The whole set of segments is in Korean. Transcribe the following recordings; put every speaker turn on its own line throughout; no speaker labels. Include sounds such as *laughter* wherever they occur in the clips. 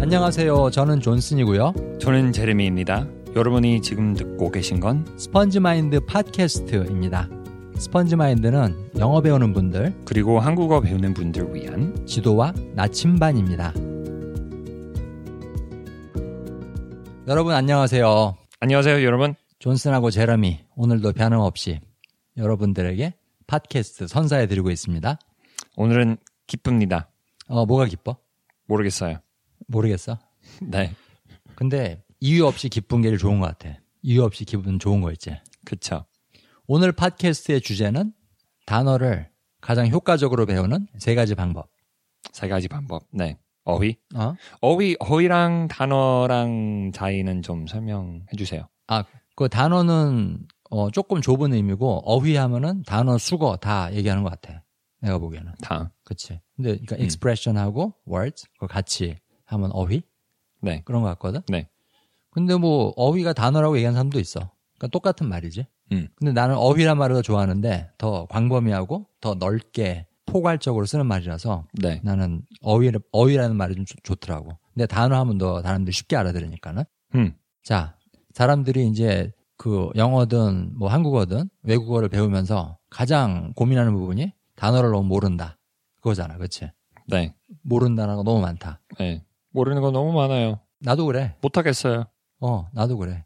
안녕하세요. 저는 존슨이고요.
저는 제레미입니다. 여러분이 지금 듣고 계신 건
스펀지 마인드 팟캐스트입니다. 스펀지 마인드는 영어 배우는 분들,
그리고 한국어 배우는 분들 위한
지도와 나침반입니다. 여러분 안녕하세요.
안녕하세요, 여러분.
존슨하고 제러미 오늘도 변함없이 여러분들에게 팟캐스트 선사해 드리고 있습니다.
오늘은 기쁩니다.
어, 뭐가 기뻐?
모르겠어요. *laughs*
모르겠어.
네,
근데 이유 없이 기쁜 게 제일 좋은 것 같아. 이유 없이 기분 좋은 거 있지.
그쵸.
오늘 팟캐스트의 주제는 단어를 가장 효과적으로 배우는 세 가지 방법.
세 가지 방법. 네, 어휘.
어?
어휘, 어휘랑 단어랑 차이는 좀 설명해 주세요.
아, 그 단어는 어, 조금 좁은 의미고 어휘하면은 단어 수거 다 얘기하는 것 같아. 내가 보기에는.
다.
그치. 근데
음.
그러니까 expression하고 words 그걸 같이 하면 어휘
네,
그런 것 같거든.
네.
근데 뭐 어휘가 단어라고 얘기하는 사람도 있어. 그러니까 똑같은 말이지.
음.
근데 나는 어휘란 말을 더 좋아하는데 더 광범위하고 더 넓게 포괄적으로 쓰는 말이라서
네.
나는 어휘 어휘라는 말이 좀 좋- 좋더라고. 근데 단어 하면 더 사람들이 쉽게 알아들으니까는.
음,
자, 사람들이 이제 그 영어든 뭐 한국어든 외국어를 배우면서 가장 고민하는 부분이 단어를 너무 모른다. 그거잖아. 그치?
네,
모른다는 거 너무 많다.
네. 모르는 거 너무 많아요.
나도 그래.
못하겠어요. *laughs*
어, 나도 그래.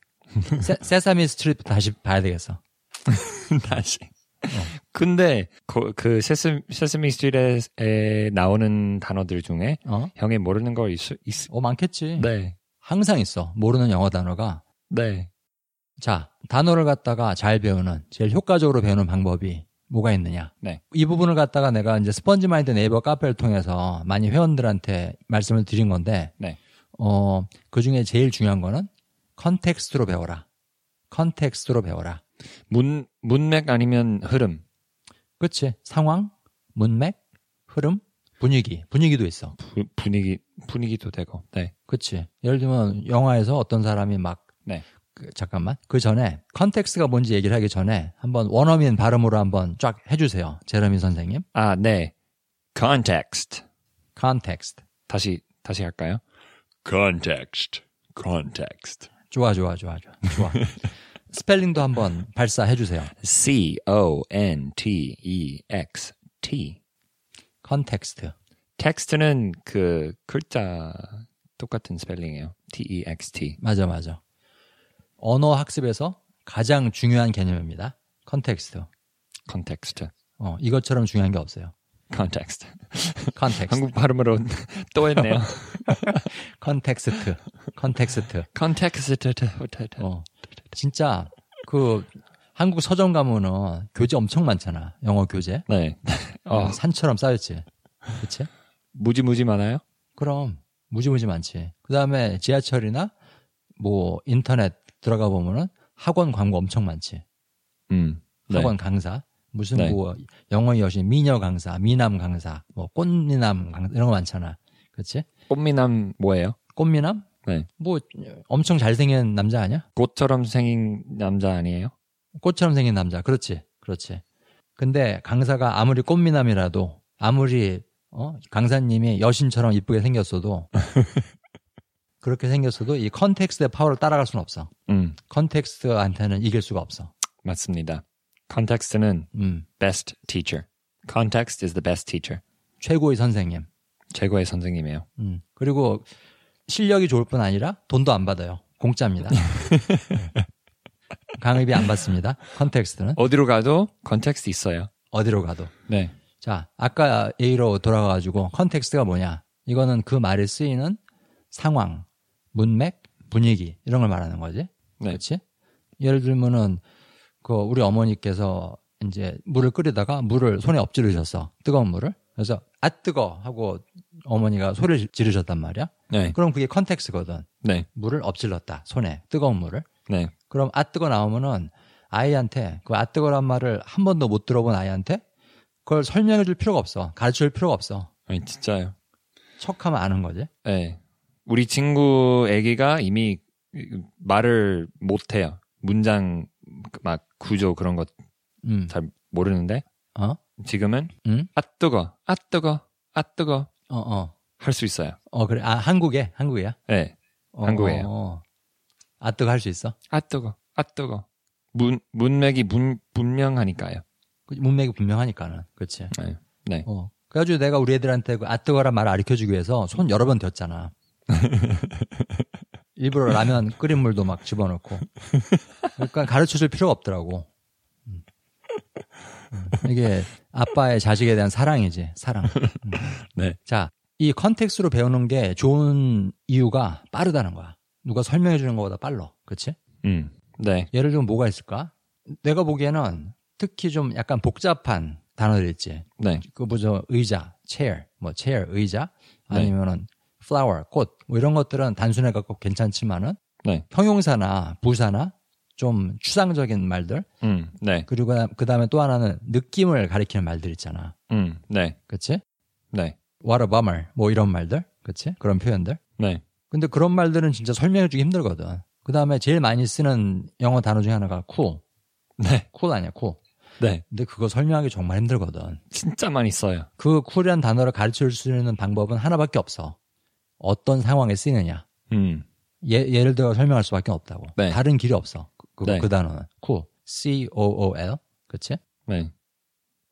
세, 세사미 스트리트 다시 봐야 되겠어.
다시. 근데 그, 그 세스, 세스미 스트리트에 에 나오는 단어들 중에
어?
형이 모르는 거 있, 있,
어, 많겠지.
네,
항상 있어. 모르는 영어 단어가.
네.
자, 단어를 갖다가 잘 배우는, 제일 효과적으로 배우는 방법이 뭐가 있느냐.
네.
이 부분을 갖다가 내가 이제 스펀지 마인드 네이버 카페를 통해서 많이 회원들한테 말씀을 드린 건데,
네.
어, 그 중에 제일 중요한 거는 컨텍스트로 배워라. 컨텍스트로 배워라.
문 문맥 아니면 흐름
그치? 상황, 문맥, 흐름, 분위기. 분위기도 있어.
부- 분위기 분위기도 되고 네
그치. 예를 들면 영화에서 어떤 사람이 막
네.
그, 잠깐만 그 전에 컨텍스가 뭔지 얘기를 하기 전에 한번 원어민 발음으로 한번 쫙 해주세요. 제러미 선생님.
아, 네. context
컨텍스트.
다시 다시 할까요? context context
좋아 좋아 좋아 좋아
*laughs*
좋아. 스펠링도 한번 발사해 주세요.
C O N T E X T
컨텍스트.
텍스트는 그 글자 똑같은 스펠링이에요. T E X T
맞아 맞아. 언어 학습에서 가장 중요한 개념입니다. 컨텍스트.
context
어 이것처럼 중요한 게 없어요.
context
컨텍스트.
한국 발음으로 *laughs* 또 했네요.
컨텍스트.
*laughs*
컨텍스트.
context
어, 진짜 그 한국 서점 가면은 교재 엄청 많잖아. 영어 교재.
네. 어,
산처럼 쌓였지. 그치?
무지무지 많아요?
그럼 무지무지 많지. 그 다음에 지하철이나 뭐 인터넷 들어가 보면은 학원 광고 엄청 많지.
음. 네.
학원 강사. 무슨
네.
뭐 영어 여신 미녀 강사, 미남 강사, 뭐 꽃미남 강사 이런 거 많잖아. 그치?
꽃미남 뭐예요?
꽃미남?
네.
뭐 엄청 잘생긴 남자 아니야?
꽃처럼 생긴 남자 아니에요?
꽃처럼 생긴 남자. 그렇지. 그렇지. 근데 강사가 아무리 꽃미남이라도 아무리 어? 강사님이 여신처럼 이쁘게 생겼어도 그렇게 생겼어도 이 컨텍스트의 파워를 따라갈 수는 없어.
음,
컨텍스트한테는 이길 수가 없어.
맞습니다. 컨텍스트는
음.
best teacher. Context is the best teacher.
최고의 선생님.
최고의 선생님이에요.
음. 그리고 실력이 좋을 뿐 아니라 돈도 안 받아요. 공짜입니다. 음. 강의비 안 받습니다. 컨텍스트는
어디로 가도 컨텍스트 있어요.
어디로 가도.
네.
자, 아까 A로 돌아가가지고 컨텍스트가 뭐냐? 이거는 그 말에 쓰이는 상황, 문맥, 분위기 이런 걸 말하는 거지.
네.
그렇지? 예를 들면은 그 우리 어머니께서 이제 물을 끓이다가 물을 손에 엎지르셨어. 뜨거운 물을. 그래서 아 뜨거 하고 어머니가 소리를 지르셨단 말이야.
네.
그럼 그게 컨텍스거든.
네.
물을 엎질렀다. 손에 뜨거운 물을.
네.
그럼 아 뜨거 나오면은 아이한테 그 아 뜨거란 말을 한 번도 못 들어본 아이한테 그걸 설명해 줄 필요가 없어. 가르쳐 줄 필요가 없어.
아니, 진짜요.
척하면 아는 거지.
네. 우리 친구 애기가 이미 말을 못해요. 문장 막 구조 그런 거 잘
음.
모르는데
어?
지금은
음?
아 뜨거, 아 뜨거, 아 뜨거
어, 어.
할 수 있어요.
어 그래 아 한국에 한국이야?
네.
어,
한국에요.
어. 아뜨거 할 수 있어?
아 뜨거, 아 뜨거. 문 문맥이 문 분명하니까요.
그 문맥이 분명하니까는 그렇지.
네. 네.
어. 그래가지고 내가 우리 애들한테 그 아뜨거란 말을 가르쳐주기 위해서 손 여러 번
*laughs*
댔잖아. 일부러 라면 끓인 물도 막 집어넣고. 그러니까 가르쳐줄 필요가 없더라고. 음. 음. 이게 아빠의 자식에 대한 사랑이지, 사랑. 음.
네.
자, 이 컨텍스로 배우는 게 좋은 이유가 빠르다는 거야. 누가 설명해 주는 것보다 빨라. 그치?
음. 네.
예를 들면 뭐가 있을까? 내가 보기에는 특히 좀 약간 복잡한 단어들 있지.
네.
그 뭐죠 의자, chair, 뭐 chair 의자
네.
아니면은 flower 꽃 뭐 이런 것들은 단순해 갖고 괜찮지만은
네.
형용사나 부사나 좀 추상적인 말들
음. 네.
그리고 그 다음에 또 하나는 느낌을 가리키는 말들 있잖아,
음. 네.
그렇지?
네.
What a bummer 뭐 이런 말들, 그렇지? 그런 표현들.
네.
근데 그런 말들은 진짜 설명해주기 힘들거든. 그 다음에 제일 많이 쓰는 영어 단어 중에 하나가 cool,
네.
cool 아니야 cool.
네.
근데 그거 설명하기 정말 힘들거든.
진짜 많이 써요.
그 쿨이란 단어를 가르쳐 줄 수 있는 방법은 하나밖에 없어. 어떤 상황에 쓰느냐.
음.
예, 를 들어 설명할 수밖에 없다고.
네.
다른 길이 없어. 그, 그-
네.
그 단어는. cool. C-O-O-L. 그치?
네.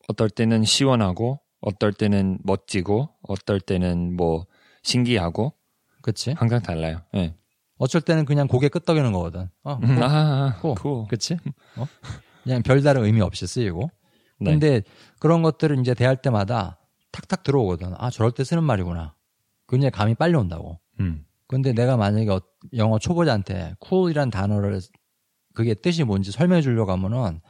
어떨 때는 시원하고, 어떨 때는 멋지고, 어떨 때는 뭐 신기하고
그치?
항상 달라요. 네.
어쩔 때는 그냥 고개 끄덕이는 거거든. 어,
음, 아, 아,
cool.
cool.
그치? 어? 그냥 별다른 의미 없이 쓰이고.
네.
근데 그런 것들을 이제 대할 때마다 탁탁 들어오거든. 아, 저럴 때 쓰는 말이구나. 굉장히 감이 빨리 온다고.
음.
근데 내가 만약에 어- 영어 초보자한테 cool이란 단어를 그게 뜻이 뭔지 설명해 주려고 하면은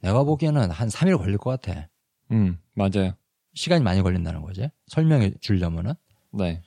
내가 보기에는 한 3일 걸릴 것 같아.
음. 맞아요.
시간이 많이 걸린다는 거지. 설명해 주려면은.
네.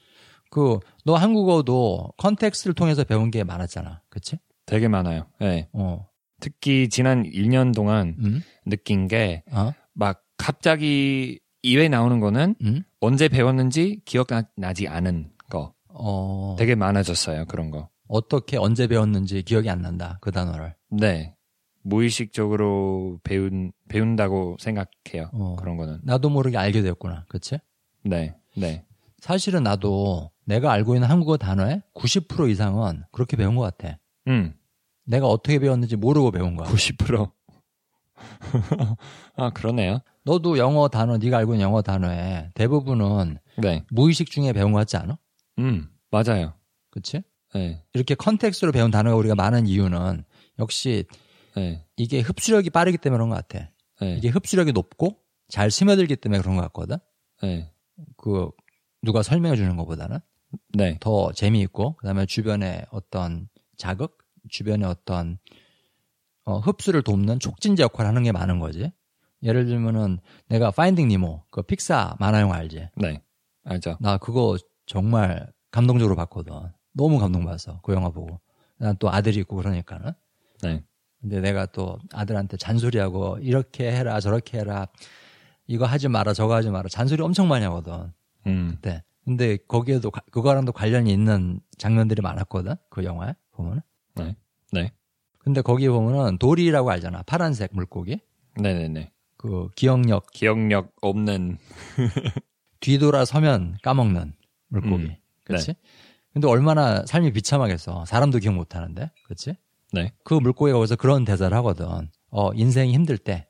그, 너 한국어도 컨텍스트를 통해서 배운 게 많았잖아. 그치?
되게 많아요. 네.
어.
특히 지난 1년 동안
음?
느낀 게
어?
막 갑자기 입에 나오는 거는
음?
언제 배웠는지 기억나지 않은 거
어.
되게 많아졌어요 그런 거.
어떻게, 언제 배웠는지 기억이 안 난다. 그 단어를.
네 무의식적으로 배운 배운다고 생각해요
어.
그런 거는.
나도 모르게 알게 되었구나. 그치?
네, 네,
사실은 나도 내가 알고 있는 한국어 단어의 90% 이상은 그렇게 배운 것 같아.
음,
내가 어떻게 배웠는지 모르고 배운 거야.
90%. *laughs* 아 그러네요.
너도 영어 단어, 네가 알고 있는 영어 단어에 대부분은
네,
무의식 중에 배운 거 같지 않아?
음 맞아요.
그치?
네,
이렇게 컨텍스트로 배운 단어가 우리가 많은 이유는 역시
네,
이게 흡수력이 빠르기 때문에 그런 것 같아.
네,
이게 흡수력이 높고 잘 스며들기 때문에 그런 것 같거든?
네,
그, 누가 설명해 주는 것보다는
네,
더 재미있고, 그 다음에 주변의 어떤 자극, 주변의 어떤 어, 흡수를 돕는 촉진제 역할을 하는 게 많은 거지. 예를 들면은 내가 파인딩 니모, 그 픽사 만화영화 알지?
네, 알죠.
나 그거 정말 감동적으로 봤거든. 너무 감동받았어. 그 영화 보고. 난 또 아들이 있고 그러니까는.
네,
근데 내가 또 아들한테 잔소리하고 이렇게 해라 저렇게 해라 이거 하지 마라 저거 하지 마라 잔소리 엄청 많이 하거든.
음,
그때. 근데 거기에도 가- 그거랑도 관련이 있는 장면들이 많았거든. 그 영화에 보면은.
네, 네,
근데 거기 보면은 도리라고 알잖아. 파란색 물고기.
네, 네, 네.
그 기억력
기억력 없는
뒤돌아서면 까먹는 물고기.
음,
그렇지? 근데 얼마나 삶이 비참하겠어. 사람도 기억 못 하는데. 그렇지?
네.
그 물고기가 거기서 그런 대사를 하거든. 어, 인생이 힘들 때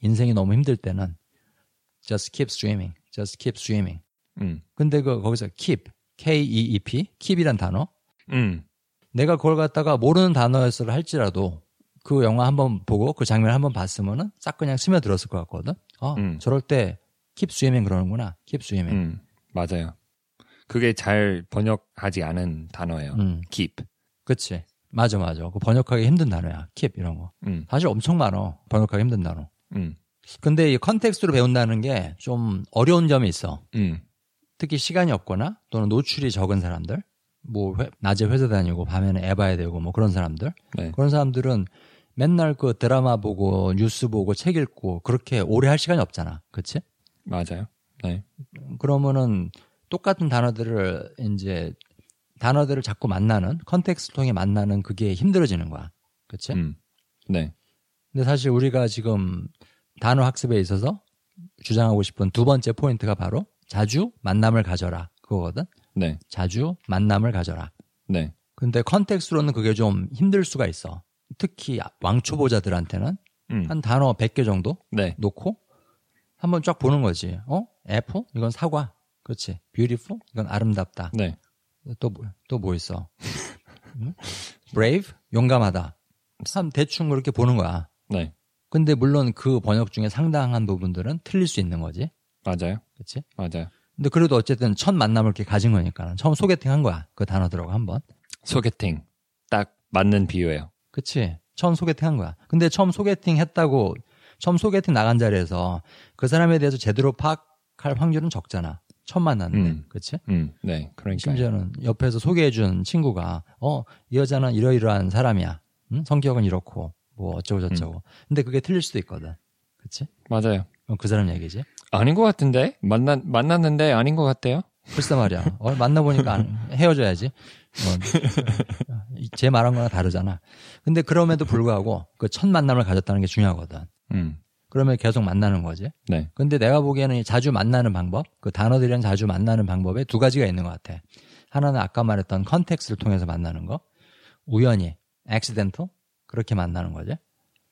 인생이 너무 힘들 때는 just keep swimming. just keep swimming.
음,
근데 그 거기서 keep K E E P keep이란 단어
음,
내가 그걸 갖다가 모르는 단어였을 할지라도 그 영화 한번 보고 그 장면 한번 봤으면은 싹 그냥 스며들었을 것 같거든. 어,
음.
저럴 때 keep swimming 그러는구나. keep swimming.
음, 맞아요. 그게 잘 번역하지 않은 단어예요.
음,
keep.
그치. 맞아, 맞아. 그 번역하기 힘든 단어야. keep 이런 거.
음,
사실 엄청 많어. 번역하기 힘든 단어.
음,
근데 이 컨텍스트로 배운다는 게 좀 어려운 점이 있어.
음,
특히 시간이 없거나 또는 노출이 적은 사람들, 뭐 회- 낮에 회사 다니고 밤에는 애 봐야 되고 뭐 그런 사람들,
네,
그런 사람들은 맨날 그 드라마 보고 뉴스 보고 책 읽고 그렇게 오래 할 시간이 없잖아. 그치?
맞아요. 네,
그러면은 똑같은 단어들을 이제 단어들을 자꾸 만나는 컨텍스트 통해 만나는 그게 힘들어지는 거야. 그치?
음, 네,
근데 사실 우리가 지금 단어 학습에 있어서 주장하고 싶은 두 번째 포인트가 바로 자주 만남을 가져라. 그거거든.
네.
자주 만남을 가져라.
네.
근데 컨텍스로는 그게 좀 힘들 수가 있어. 특히 왕초보자들한테는
음.
한 단어 100개 정도
네.
놓고 한번 쫙 보는 거지. 어? 애플? 이건 사과. 그렇지. beautiful? 이건 아름답다.
네.
또 또 뭐 있어? 응? brave? 용감하다. 참 대충 그렇게 보는 거야.
네.
근데 물론 그 번역 중에 상당한 부분들은 틀릴 수 있는 거지.
맞아요.
그렇지?
맞아요.
근데 그래도 어쨌든 첫 만남을 이렇게 가진 거니까 처음 소개팅 한 거야. 그 단어들하고 한번.
소개팅. 딱 맞는 비유예요.
그치? 처음 소개팅 한 거야. 근데 처음 소개팅 했다고, 처음 소개팅 나간 자리에서 그 사람에 대해서 제대로 파악할 확률은 적잖아. 처음 만났는데.
음.
그치?
음. 네. 그러니까.
심지어는 옆에서 소개해준 친구가, 어, 이 여자는 이러이러한 사람이야. 응? 성격은 이렇고, 뭐 어쩌고저쩌고.
음.
근데 그게 틀릴 수도 있거든. 그치?
맞아요.
그럼 그 사람 얘기지.
아닌 것 같은데? 만나, 만났는데 아닌 것 같아요?
글쎄 말이야. 어, 만나보니까 안- 헤어져야지. 어, 제 말한 거랑 다르잖아. 근데 그럼에도 불구하고 그 첫 만남을 가졌다는 게 중요하거든.
음.
그러면 계속 만나는 거지.
네.
근데 내가 보기에는 이 자주 만나는 방법, 그 단어들이랑 자주 만나는 방법에 두 가지가 있는 것 같아. 하나는 아까 말했던 컨텍스를 통해서 만나는 거. 우연히, accidental, 그렇게 만나는 거지.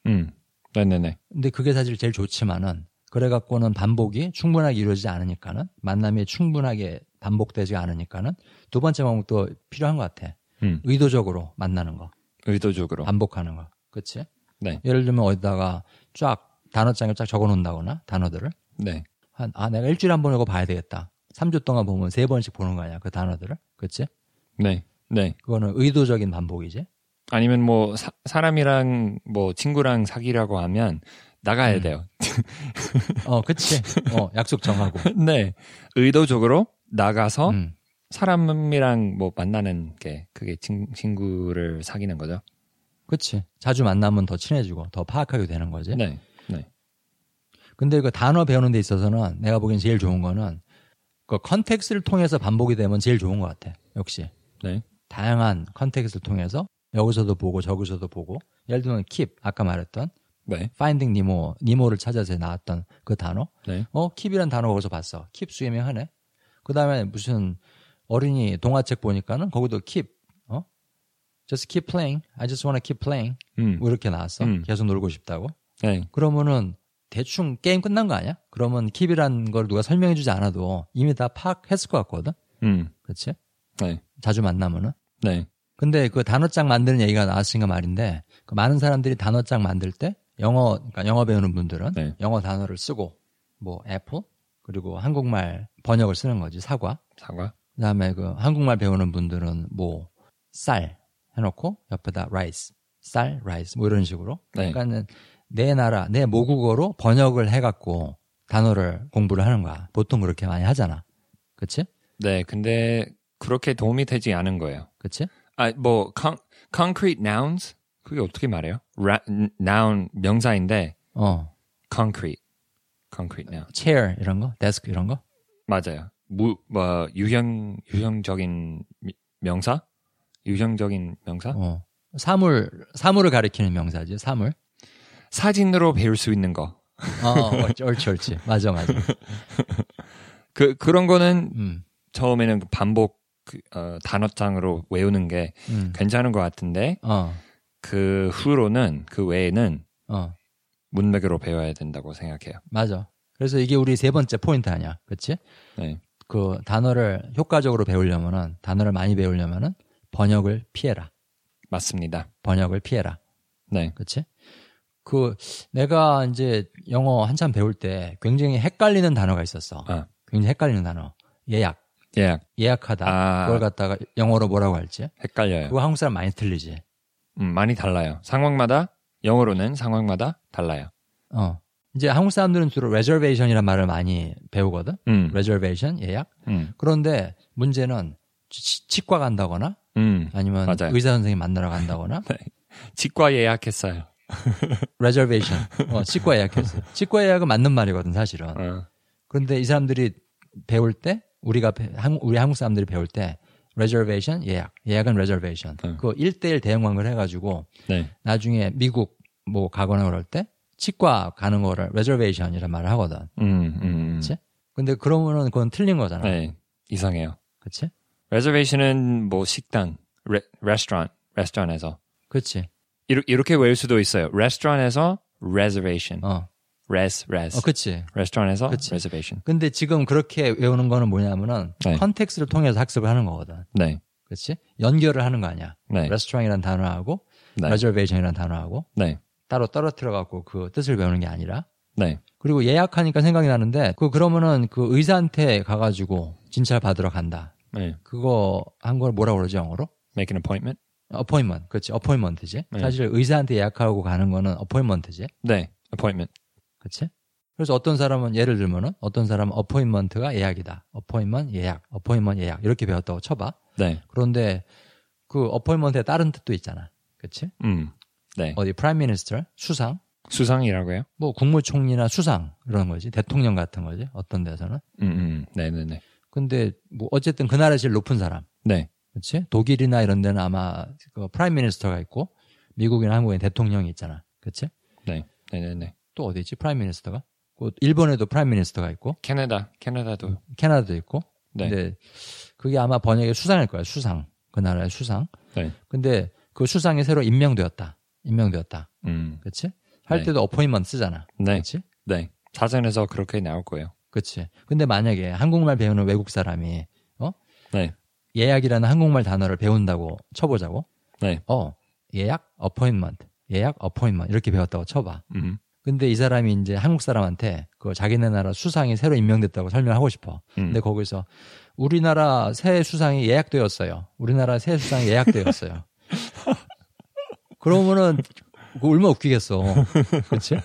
음. 네네네.
근데 그게 사실 제일 좋지만은, 그래갖고는 반복이 충분하게 이루어지지 않으니까는, 만남이 충분하게 반복되지 않으니까는, 두 번째 방법도 필요한 것 같아.
음.
의도적으로 만나는 거,
의도적으로.
반복하는 거. 그치?
네.
예를 들면 어디다가 쫙, 단어장에 쫙 적어 놓는다거나, 단어들을.
네.
한, 아, 내가 일주일에 한 번 이거 봐야 되겠다. 3주 동안 보면 세번씩 보는 거 아니야, 그 단어들을. 그치?
네. 네.
그거는 의도적인 반복이지.
아니면 뭐, 사, 사람이랑 뭐, 친구랑 사귀라고 하면 나가야
음.
돼요.
어, 그치? 어, 약속 정하고.
*laughs* 네. 의도적으로 나가서
음,
사람이랑 뭐 만나는 게 그게 친, 친구를 사귀는 거죠.
그치? 자주 만나면 더 친해지고, 더 파악하게 되는 거지.
네. 네.
근데 그 단어 배우는 데 있어서는 내가 보기엔 제일 좋은 거는 그 컨텍스를 통해서 반복이 되면 제일 좋은 것 같아. 역시.
네.
다양한 컨텍스를 통해서 여기서도 보고 저기서도 보고. 예를 들면 keep, 아까 말했던
네.
finding Nemo, 니모를 찾아서 나왔던 그 단어.
네.
어, 킵이란 단어 거기서 봤어. 킵 스위밍 하네. 그 다음에 무슨 어린이 동화책 보니까는 거기도 킵, 어? Just keep playing. I just wanna keep playing.
음.
뭐 이렇게 나왔어.
음.
계속 놀고 싶다고.
네.
그러면은 대충 게임 끝난 거 아니야? 그러면 킵이란 걸 누가 설명해 주지 않아도 이미 다 파악했을 것 같거든?
음.
그렇지?
네.
자주 만나면은.
네.
근데 그 단어장 만드는 얘기가 나왔으니까 말인데 그 많은 사람들이 단어장 만들 때 영어 그러니까 영어 배우는 분들은
네.
영어 단어를 쓰고 뭐 애플 그리고 한국말 번역을 쓰는 거지 사과
사과.
그다음에 그 한국말 배우는 분들은 뭐 쌀 해놓고 옆에다 rice 쌀 rice 뭐 이런 식으로
네.
그러니까는 내 나라 내 모국어로 번역을 해갖고 단어를 공부를 하는 거야 보통 그렇게 많이 하잖아 그치
네. 근데 그렇게 도움이 되지 않은 거예요.
그치
아, 뭐 con, concrete nouns 그게 어떻게 말해요? Ra, noun 명사인데
어
concrete. concrete noun.
chair 이런 거 desk 이런 거
맞아요. 무, 뭐 유형 유형적인 미- 명사? 유형적인 명사?
어. 사물, 사물을 가리키는 명사지, 사물.
사진으로 배울 수 있는 거.
어, 어, 옳지, 옳지, 옳지. 맞아, 맞아.
그 그런 거는
음,
처음에는 그 반복 그, 어, 단어장으로 외우는 게
음.
괜찮은 것 같은데
어,
그 후로는 그 외에는
어,
문맥으로 배워야 된다고 생각해요.
맞아. 그래서 이게 우리 세 번째 포인트 아니야. 그치?
네,
그 단어를 효과적으로 배우려면은, 단어를 많이 배우려면은, 번역을 피해라.
맞습니다.
번역을 피해라.
네,
그치? 그, 내가 이제 영어 한참 배울 때 굉장히 헷갈리는 단어가 있었어.
아.
굉장히 헷갈리는 단어. 예약.
예,
예약하다.
아. 예.
그걸 갖다가 영어로 뭐라고 할지.
헷갈려요.
그거 한국 사람 많이 틀리지.
음, 많이 달라요. 상황마다 영어로는 상황마다 달라요.
어. 이제 한국 사람들은 주로 reservation이란 말을 많이 배우거든.
음,
reservation 예약.
음,
그런데 문제는 치, 치과 간다거나
음.
아니면
맞아요.
의사 선생님 만나러 간다거나
치과 예약했어요.
reservation
*laughs*
어, 치과 예약했어. 치과 예약은 맞는 말이거든 사실은.
어,
그런데 이 사람들이 배울 때 우리가 배- 한, 우리 한국 사람들이 배울 때 reservation 예약 예약은 reservation
음.
그일대일 대응 관계를 해가지고
네,
나중에 미국 뭐 가거나 그럴 때 치과 가는 거를 reservation이란 말을 하거든.
음, 음, 음.
그치? 근데 그러면은 그건 틀린 거잖아.
네, 이상해요.
그치?
reservation은 뭐 식당, 레, restaurant, restaurant에서
그치?
이렇- 이렇게 외울 수도 있어요. restaurant에서 reservation,
어.
res, res,
어, 그치?
restaurant에서
그치.
reservation.
근데 지금 그렇게 외우는 거는 뭐냐면은
네.
컨텍스를 통해서 학습을 하는 거거든.
네,
그치? 연결을 하는 거 아니야.
네,
레스토랑이라는 단어하고
네,
reservation이라는 단어하고
네,
따로 떨어뜨려 갖고 그 뜻을 배우는 게 아니라
네.
그리고 예약하니까 생각이 나는데 그 그러면은 그 의사한테 가 가지고 진찰 받으러 간다.
네.
그거 한 걸 뭐라 고 그러지 영어로?
Make an appointment.
어포인먼트. 그렇지. 어포인먼트지.
네.
사실 의사한테 예약하고 가는 거는 어포인먼트지.
네, appointment.
그치? 그래서 어떤 사람은 예를 들면은 어떤 사람은 어포인먼트가 예약이다. 어포인먼 예약, 어포인먼 예약 이렇게 배웠다고 쳐봐.
네,
그런데 그 어포인먼트에 다른 뜻도 있잖아. 그치?
음, 네.
어디 프라임 미니스터, 수상,
수상이라고 해요?
뭐 국무총리나 수상 이런 거지. 대통령 같은 거지. 어떤 데서는.
음, 음, 네, 네, 네,
근데 뭐 어쨌든 그 나라에 제일 높은 사람.
네,
그치? 독일이나 이런 데는 아마 그 프라임 미니스터가 있고 미국이나 한국에 대통령이 있잖아. 그치?
네, 네, 네, 네.
또 어디 있지? 프라임 미니스터가? 그 일본에도 프라임 미니스터가 있고
캐나다, 캐나다도.
캐나다도 있고
네,
근데 그게 아마 번역의 수상일 거야 수상 그 나라의 수상
네.
근데 그 수상이 새로 임명되었다 임명되었다
음,
그치 할
네.
때도 어포인먼트 쓰잖아
네,
그치
네. 사전에서 그렇게 나올 거예요.
그치 근데 만약에 한국말 배우는 외국 사람이
네,
예약이라는 한국말 단어를 배운다고 쳐보자고
네.
어 예약 어포인먼트 예약 어포인먼트 이렇게 배웠다고 쳐봐
음,
근데 이 사람이 이제 한국 사람한테 그 자기네 나라 수상이 새로 임명됐다고 설명하고 싶어
음.
근데 거기서 우리나라 새 수상이 예약되었어요. 우리나라 새 수상이 예약되었어요.
*laughs*
그러면은 그거 얼마나 웃기겠어. 그치?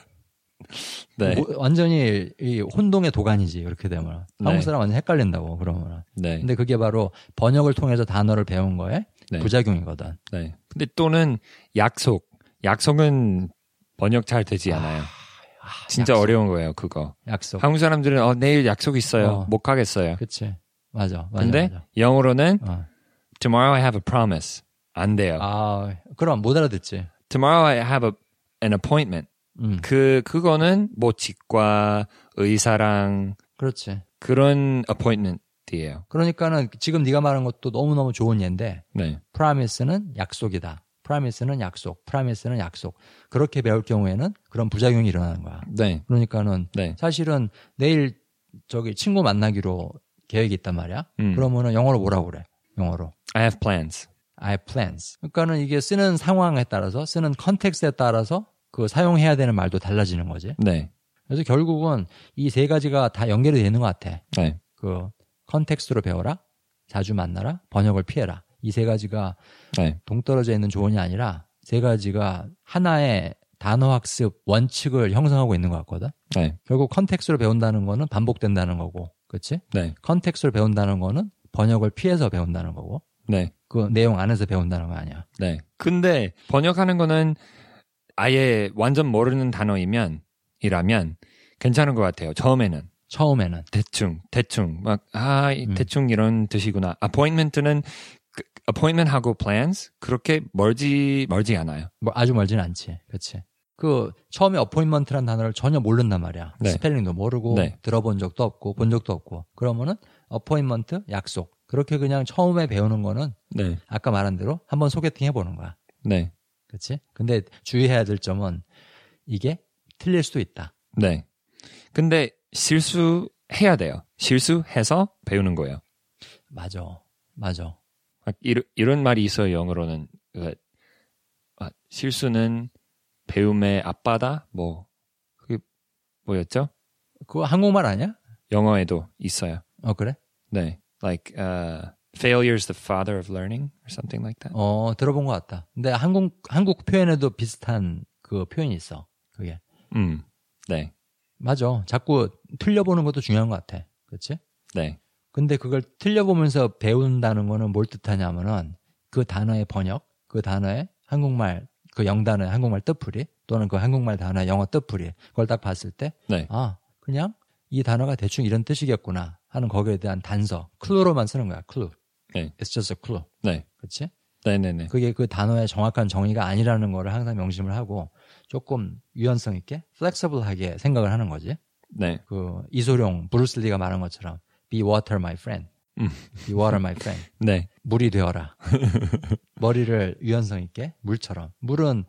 네,
뭐, 완전히 이 혼동의 도가니지, 이렇게 되면.
네.
한국 사람 완전 헷갈린다고, 그러면은.
네,
근데 그게 바로 번역을 통해서 단어를 배운 거에
네.
부작용이거든.
네. 근데 또는 약속. 약속은 번역 잘 되지 않아요.
아,
진짜
약속,
어려운 거예요, 그거.
약속.
한국 사람들은 어, 내일 약속 있어요.
어.
못 가겠어요.
그치. 맞아. 맞아.
근데
맞아.
영어로는
어.
tomorrow I have a promise. 안 돼요.
아, 그럼 못 알아듣지.
tomorrow I have a, an appointment.
음,
그 그거는 뭐 치과, 의사랑
그렇지.
그런 appointment이에요.
그러니까는 지금 네가 말한 것도 너무너무 좋은 예인데
네.
프라미스는 약속이다. 프라미스는 약속, 프라미스는 약속. 그렇게 배울 경우에는 그런 부작용이 일어나는 거야.
네.
그러니까는
네.
사실은 내일 저기 친구 만나기로 계획이 있단 말이야.
음.
그러면은 영어로 뭐라고 그래? 영어로
I have plans.
I have plans. 그러니까는 이게 쓰는 상황에 따라서 쓰는 컨텍스트에 따라서 그 사용해야 되는 말도 달라지는 거지.
네.
그래서 결국은 이 세 가지가 다 연결이 되는 것 같아.
네.
그 컨텍스트로 배워라, 자주 만나라, 번역을 피해라. 이 세 가지가
네.
동떨어져 있는 조언이 아니라 세 가지가 하나의 단어 학습 원칙을 형성하고 있는 것 같거든.
네.
결국 컨텍스트로 배운다는 거는 반복된다는 거고, 그렇지?
네.
컨텍스트로 배운다는 거는 번역을 피해서 배운다는 거고,
네.
그 내용 안에서 배운다는 거 아니야.
네. 근데 번역하는 거는 아예 완전 모르는 단어이면 이라면 괜찮은 것 같아요. 처음에는.
처음에는
대충 대충 막아
음.
대충 이런 뜻이구나. appointment는 그, appointment하고 plans 그렇게 멀지 멀지 않아요.
뭐 아주 멀진 않지, 그렇지? 그 처음에 어포인먼트란 단어를 전혀 모른단 말이야.
네.
스펠링도 모르고
네.
들어본 적도 없고 본 적도 없고 그러면은 어포인먼트 약속 그렇게 그냥 처음에 배우는 거는
네.
아까 말한 대로 한번 소개팅 해보는 거야.
네.
그치? 근데 주의해야 될 점은 이게 틀릴 수도 있다.
네. 근데 실수해야 돼요. 실수해서 배우는 거예요.
맞아. 맞아.
막 이르, 이런 말이 있어요. 영어로는 그, 아, 실수는 배움의 앞바다 뭐 그게 뭐였죠?
그거 한국말 아니야?
영어에도 있어요.
어, 그래?
네. Like uh, failure is the father of learning or something like that.
어, 들어본 것 같다. 근데 한국, 한국 표현에도 비슷한 그 표현이 있어. 그게.
음. 네.
맞아. 자꾸 틀려보는 것도 중요한 것 같아. 그치?
네.
근데 그걸 틀려보면서 배운다는 거는 뭘 뜻하냐면은 그 단어의 번역, 그 단어의 한국말, 그 영단어의 한국말 뜻풀이 또는 그 한국말 단어의 영어 뜻풀이 그걸 딱 봤을 때
네.
아, 그냥 이 단어가 대충 이런 뜻이겠구나 하는 거기에 대한 단서, 클루로만 쓰는 거야, 클루.
네.
It's just a clue.
네.
그치?
네네네.
그게 그 단어의 정확한 정의가 아니라는 거를 항상 명심을 하고 조금 유연성 있게, flexible하게 생각을 하는 거지.
네.
그 이소룡, 브루슬리가 말한 것처럼 be water, my friend.
음.
You are my friend.
네.
물이 되어라. 머리를 유연성 있게 물처럼. 물은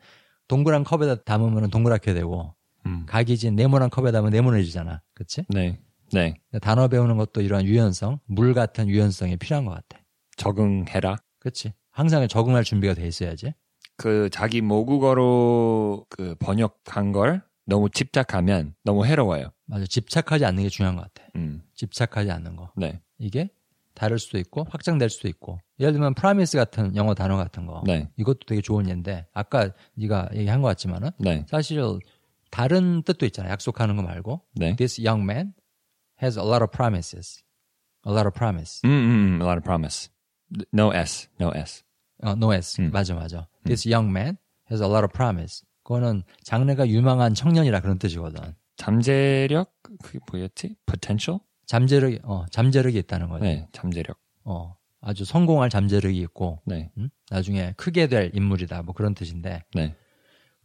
동그란 컵에다 담으면 동그랗게 되고
음.
각이진 네모난 컵에 담으면 네모내지잖아. 그치?
네. 네.
근데 단어 배우는 것도 이러한 유연성, 물 같은 유연성이 필요한 것 같아.
적응해라.
그치? 항상 적응할 준비가 돼 있어야지.
그 자기 모국어로 그 번역한 걸 너무 집착하면 너무 해로워요.
맞아. 집착하지 않는 게 중요한 것 같아.
음.
집착하지 않는 거.
네.
이게 다를 수도 있고 확장될 수도 있고. 예를 들면 promise 같은 영어 단어 같은 거.
네.
이것도 되게 좋은 예인데 아까 네가 얘기한 것 같지만은
네.
사실 다른 뜻도 있잖아. 약속하는 거 말고
네.
This young man has a lot of promises. A lot of promise.
음, 음, 음. a lot of promise. No S. No S.
어, no S.
음.
맞아, 맞아. This young man has a lot of promise. 그거는 장래가 유망한 청년이라 그런 뜻이거든.
잠재력 그게 뭐였지? potential?
잠재력이, 어, 잠재력이 있다는 거지.
네, 잠재력.
어, 아주 성공할 잠재력이 있고,
네.
음? 나중에 크게 될 인물이다. 뭐 그런 뜻인데.
네.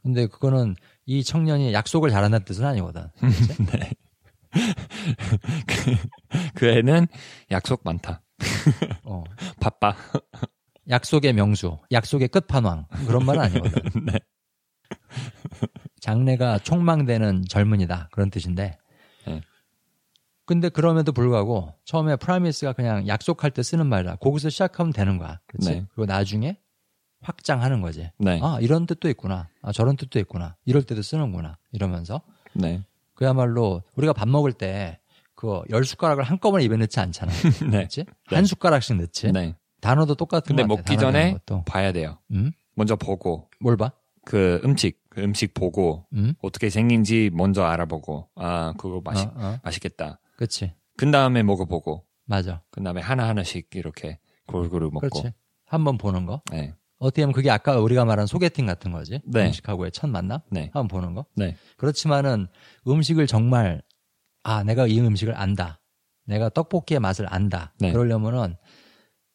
근데 그거는 이 청년이 약속을 잘한다는 뜻은 아니거든. 그치?
그 애는 약속 많다.
어,
바빠.
약속의 명수, 약속의 끝판왕 그런 말은
*laughs*
아니거든.
네.
장래가 촉망되는 젊은이다 그런 뜻인데.
네.
근데 그럼에도 불구하고 처음에 프라미스가 그냥 약속할 때 쓰는 말이라 거기서 시작하면 되는 거야. 그렇지?
네.
그리고 나중에 확장하는 거지.
네.
아 이런 뜻도 있구나. 아 저런 뜻도 있구나. 이럴 때도 쓰는구나. 이러면서
네.
그야말로 우리가 밥 먹을 때 그 열 숟가락을 한꺼번에 입에 넣지 않잖아.
*laughs* 네.
그렇지? 한 숟가락씩 넣지.
네.
단어도 똑같은
근데
것 같아.
먹기
단어 배우는
전에
것도.
봐야 돼요.
음?
먼저 보고
뭘 봐?
그 음식, 그 음식 보고
음?
어떻게 생긴지 먼저 알아보고 아, 그거 맛있
어, 어.
맛있겠다.
그치.
그 다음에 먹어보고,
맞아.
그 다음에 하나하나씩 이렇게 골고루 먹고.
그렇지. 한번 보는 거.
네.
어떻게 하면 그게 아까 우리가 말한 소개팅 같은 거지.
네.
음식하고의 첫 만남.
네.
한번 보는 거.
네.
그렇지만은 음식을 정말 아 내가 이 음식을 안다. 내가 떡볶이의 맛을 안다.
네.
그러려면은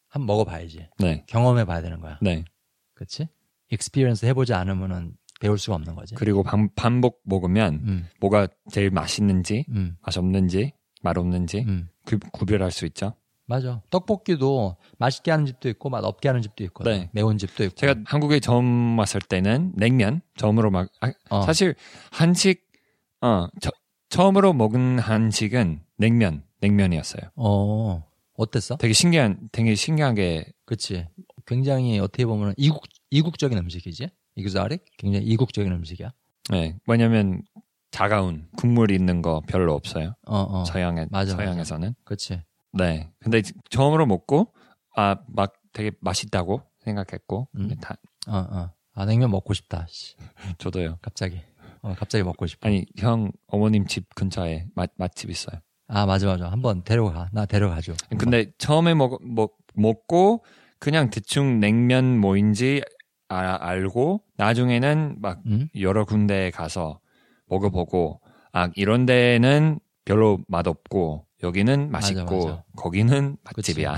한번 먹어봐야지.
네.
경험해봐야 되는 거야.
네.
그렇지? 익스피리언스 해보지 않으면은 배울 수가 없는 거지.
그리고 반, 반복 먹으면
음,
뭐가 제일 맛있는지,
음,
맛없는지, 맛없는지
음.
그, 구별할 수 있죠.
맞아. 떡볶이도 맛있게 하는 집도 있고 맛 없게 하는 집도 있고
네.
매운 집도 있고.
제가 한국에 처음 왔을 때는 냉면 처음으로 막 아,
어.
사실 한식 어 처, 처음으로 먹은 한식은 냉면 냉면이었어요.
어 어땠어?
되게 신기한 되게 신기하게
그치. 굉장히 어떻게 보면 이국, 이국적인 음식이지. 이그자릭? 굉장히 이국적인 음식이야.
네, 왜냐면 차가운 국물 있는 거 별로 없어요.
어, 어.
서양에
맞아, 맞아.
서양에서는
그치.
네. 근데 이제 처음으로 먹고 아 막 되게 맛있다고 생각했고
음.
근데 다,
어, 어. 아, 냉면 먹고 싶다. 씨.
저도요.
갑자기. 어, 갑자기 먹고 싶어.
아니 형 어머님 집 근처에 맛 맛집 있어요.
아, 맞아, 맞아. 한번 데려가. 나 데려가줘.
근데 처음에 먹, 먹, 먹고 그냥 대충 냉면 뭐인지 아- 알고 나중에는 막
응?
여러 군데에 가서 먹어보고 아 이런 데는 별로 맛없고 여기는 맛있고
맞아.
거기는
그치.
맛집이야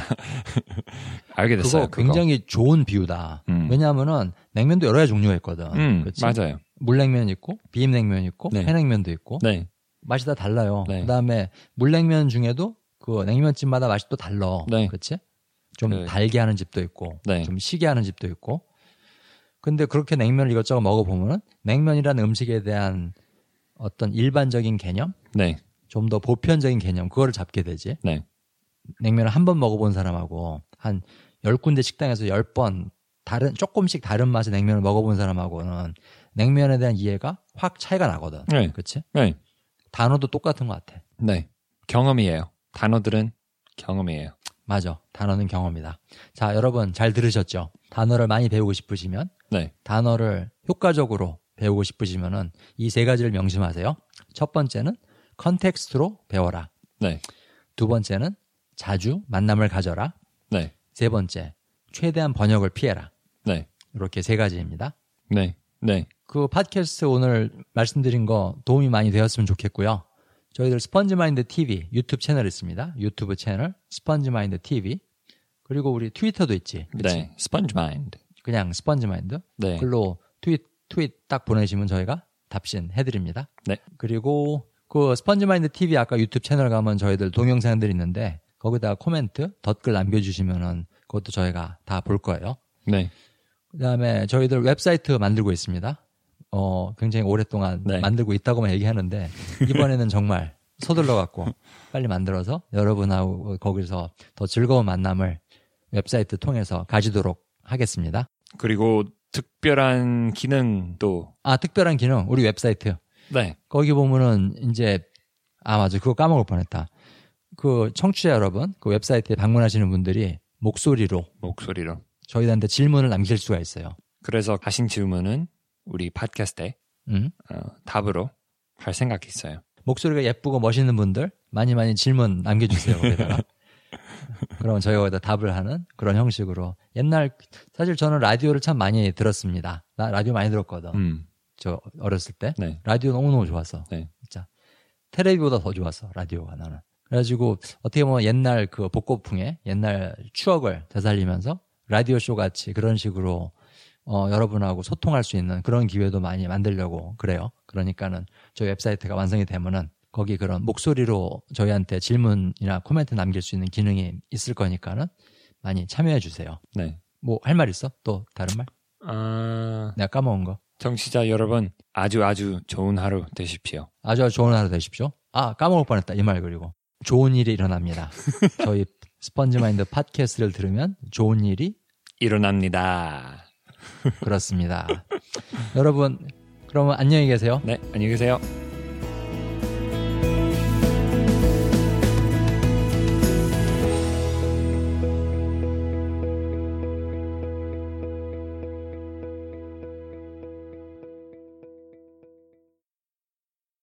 *laughs* 알게 됐어요
그거
그거.
굉장히 좋은 비유다.
음.
왜냐하면은 냉면도 여러 가지 종류가 있거든.
음,
그치?
맞아요
물냉면 있고 비빔냉면 있고
네.
해냉면도 있고
네
맛이 다 달라요.
네.
그다음에 물냉면 중에도 그 냉면집마다 맛이 또 달라.
네.
그렇지? 좀
그-
달게 하는 집도 있고
네.
좀 시게 하는 집도 있고. 근데 그렇게 냉면을 이것저것 먹어 보면은 냉면이라는 음식에 대한 어떤 일반적인 개념,
네,
좀 더 보편적인 개념 그거를 잡게 되지.
네,
냉면을 한 번 먹어 본 사람하고 한 열 군데 식당에서 열 번 다른 조금씩 다른 맛의 냉면을 먹어 본 사람하고는 냉면에 대한 이해가 확 차이가 나거든.
네.
그렇지?
네,
단어도 똑같은 것 같아.
네. 경험이에요. 단어들은 경험이에요.
맞아. 단어는 경험이다. 자, 여러분 잘 들으셨죠? 단어를 많이 배우고 싶으시면
네,
단어를 효과적으로 배우고 싶으시면은 이 세 가지를 명심하세요. 첫 번째는 컨텍스트로 배워라.
네,
두 번째는 자주 만남을 가져라.
네,
세 번째, 최대한 번역을 피해라.
네,
이렇게 세 가지입니다.
네, 네.
그 팟캐스트 오늘 말씀드린 거 도움이 많이 되었으면 좋겠고요. 저희들 스펀지마인드 TV 유튜브 채널 있습니다. 유튜브 채널 스펀지마인드 TV 그리고 우리 트위터도 있지. 그치?
네, 스펀지 마인드.
그냥 스펀지마인드
네.
글로 트윗 트윗 딱 보내시면 저희가 답신 해드립니다.
네.
그리고 그 스펀지마인드 TV 아까 유튜브 채널 가면 저희들 동영상들이 있는데 거기다가 코멘트, 덧글 남겨주시면은 그것도 저희가 다 볼 거예요.
네.
그 다음에 저희들 웹사이트 만들고 있습니다. 어, 굉장히 오랫동안
네.
만들고 있다고만 얘기하는데, 이번에는 정말 서둘러 갖고 빨리 만들어서 여러분하고 거기서 더 즐거운 만남을 웹사이트 통해서 가지도록 하겠습니다.
그리고 특별한 기능도
아, 특별한 기능, 우리 웹사이트.
네.
거기 보면은 이제 아 맞아 그거 까먹을 뻔했다. 그 청취자 여러분 그 웹사이트에 방문하시는 분들이 목소리로
목소리로.
저희한테 질문을 남길 수가 있어요.
그래서 하신 질문은 우리 팟캐스트에
음?
어, 답으로 할 생각이 있어요.
목소리가 예쁘고 멋있는 분들 많이 많이 질문 남겨주세요. 거기다가. 그러면 저희가 거기다 답을 하는 그런 형식으로 옛날 사실 저는 라디오를 참 많이 들었습니다. 나 라디오 많이 들었거든.
음.
저 어렸을 때
네.
라디오 너무너무 좋았어.
네.
진짜. 테레비보다 더 좋았어, 라디오가 나는. 그래가지고 어떻게 보면 옛날 그 복고풍의 옛날 추억을 되살리면서 라디오쇼 같이 그런 식으로 어, 여러분하고 소통할 수 있는 그런 기회도 많이 만들려고 그래요. 그러니까는 저희 웹사이트가 완성이 되면은 거기 그런 목소리로 저희한테 질문이나 코멘트 남길 수 있는 기능이 있을 거니까는 많이 참여해 주세요.
네.
뭐 할 말 있어? 또 다른 말?
아,
내가 까먹은 거.
정치자 여러분 아주 아주 좋은 하루 되십시오.
아주 아주 좋은 하루 되십시오. 아, 까먹을 뻔했다. 이 말 그리고. 좋은 일이 일어납니다. 저희 스펀지마인드 팟캐스트를 들으면 좋은 일이
일어납니다.
그렇습니다. 여러분, 그러면 안녕히 계세요.
네, 안녕히 계세요.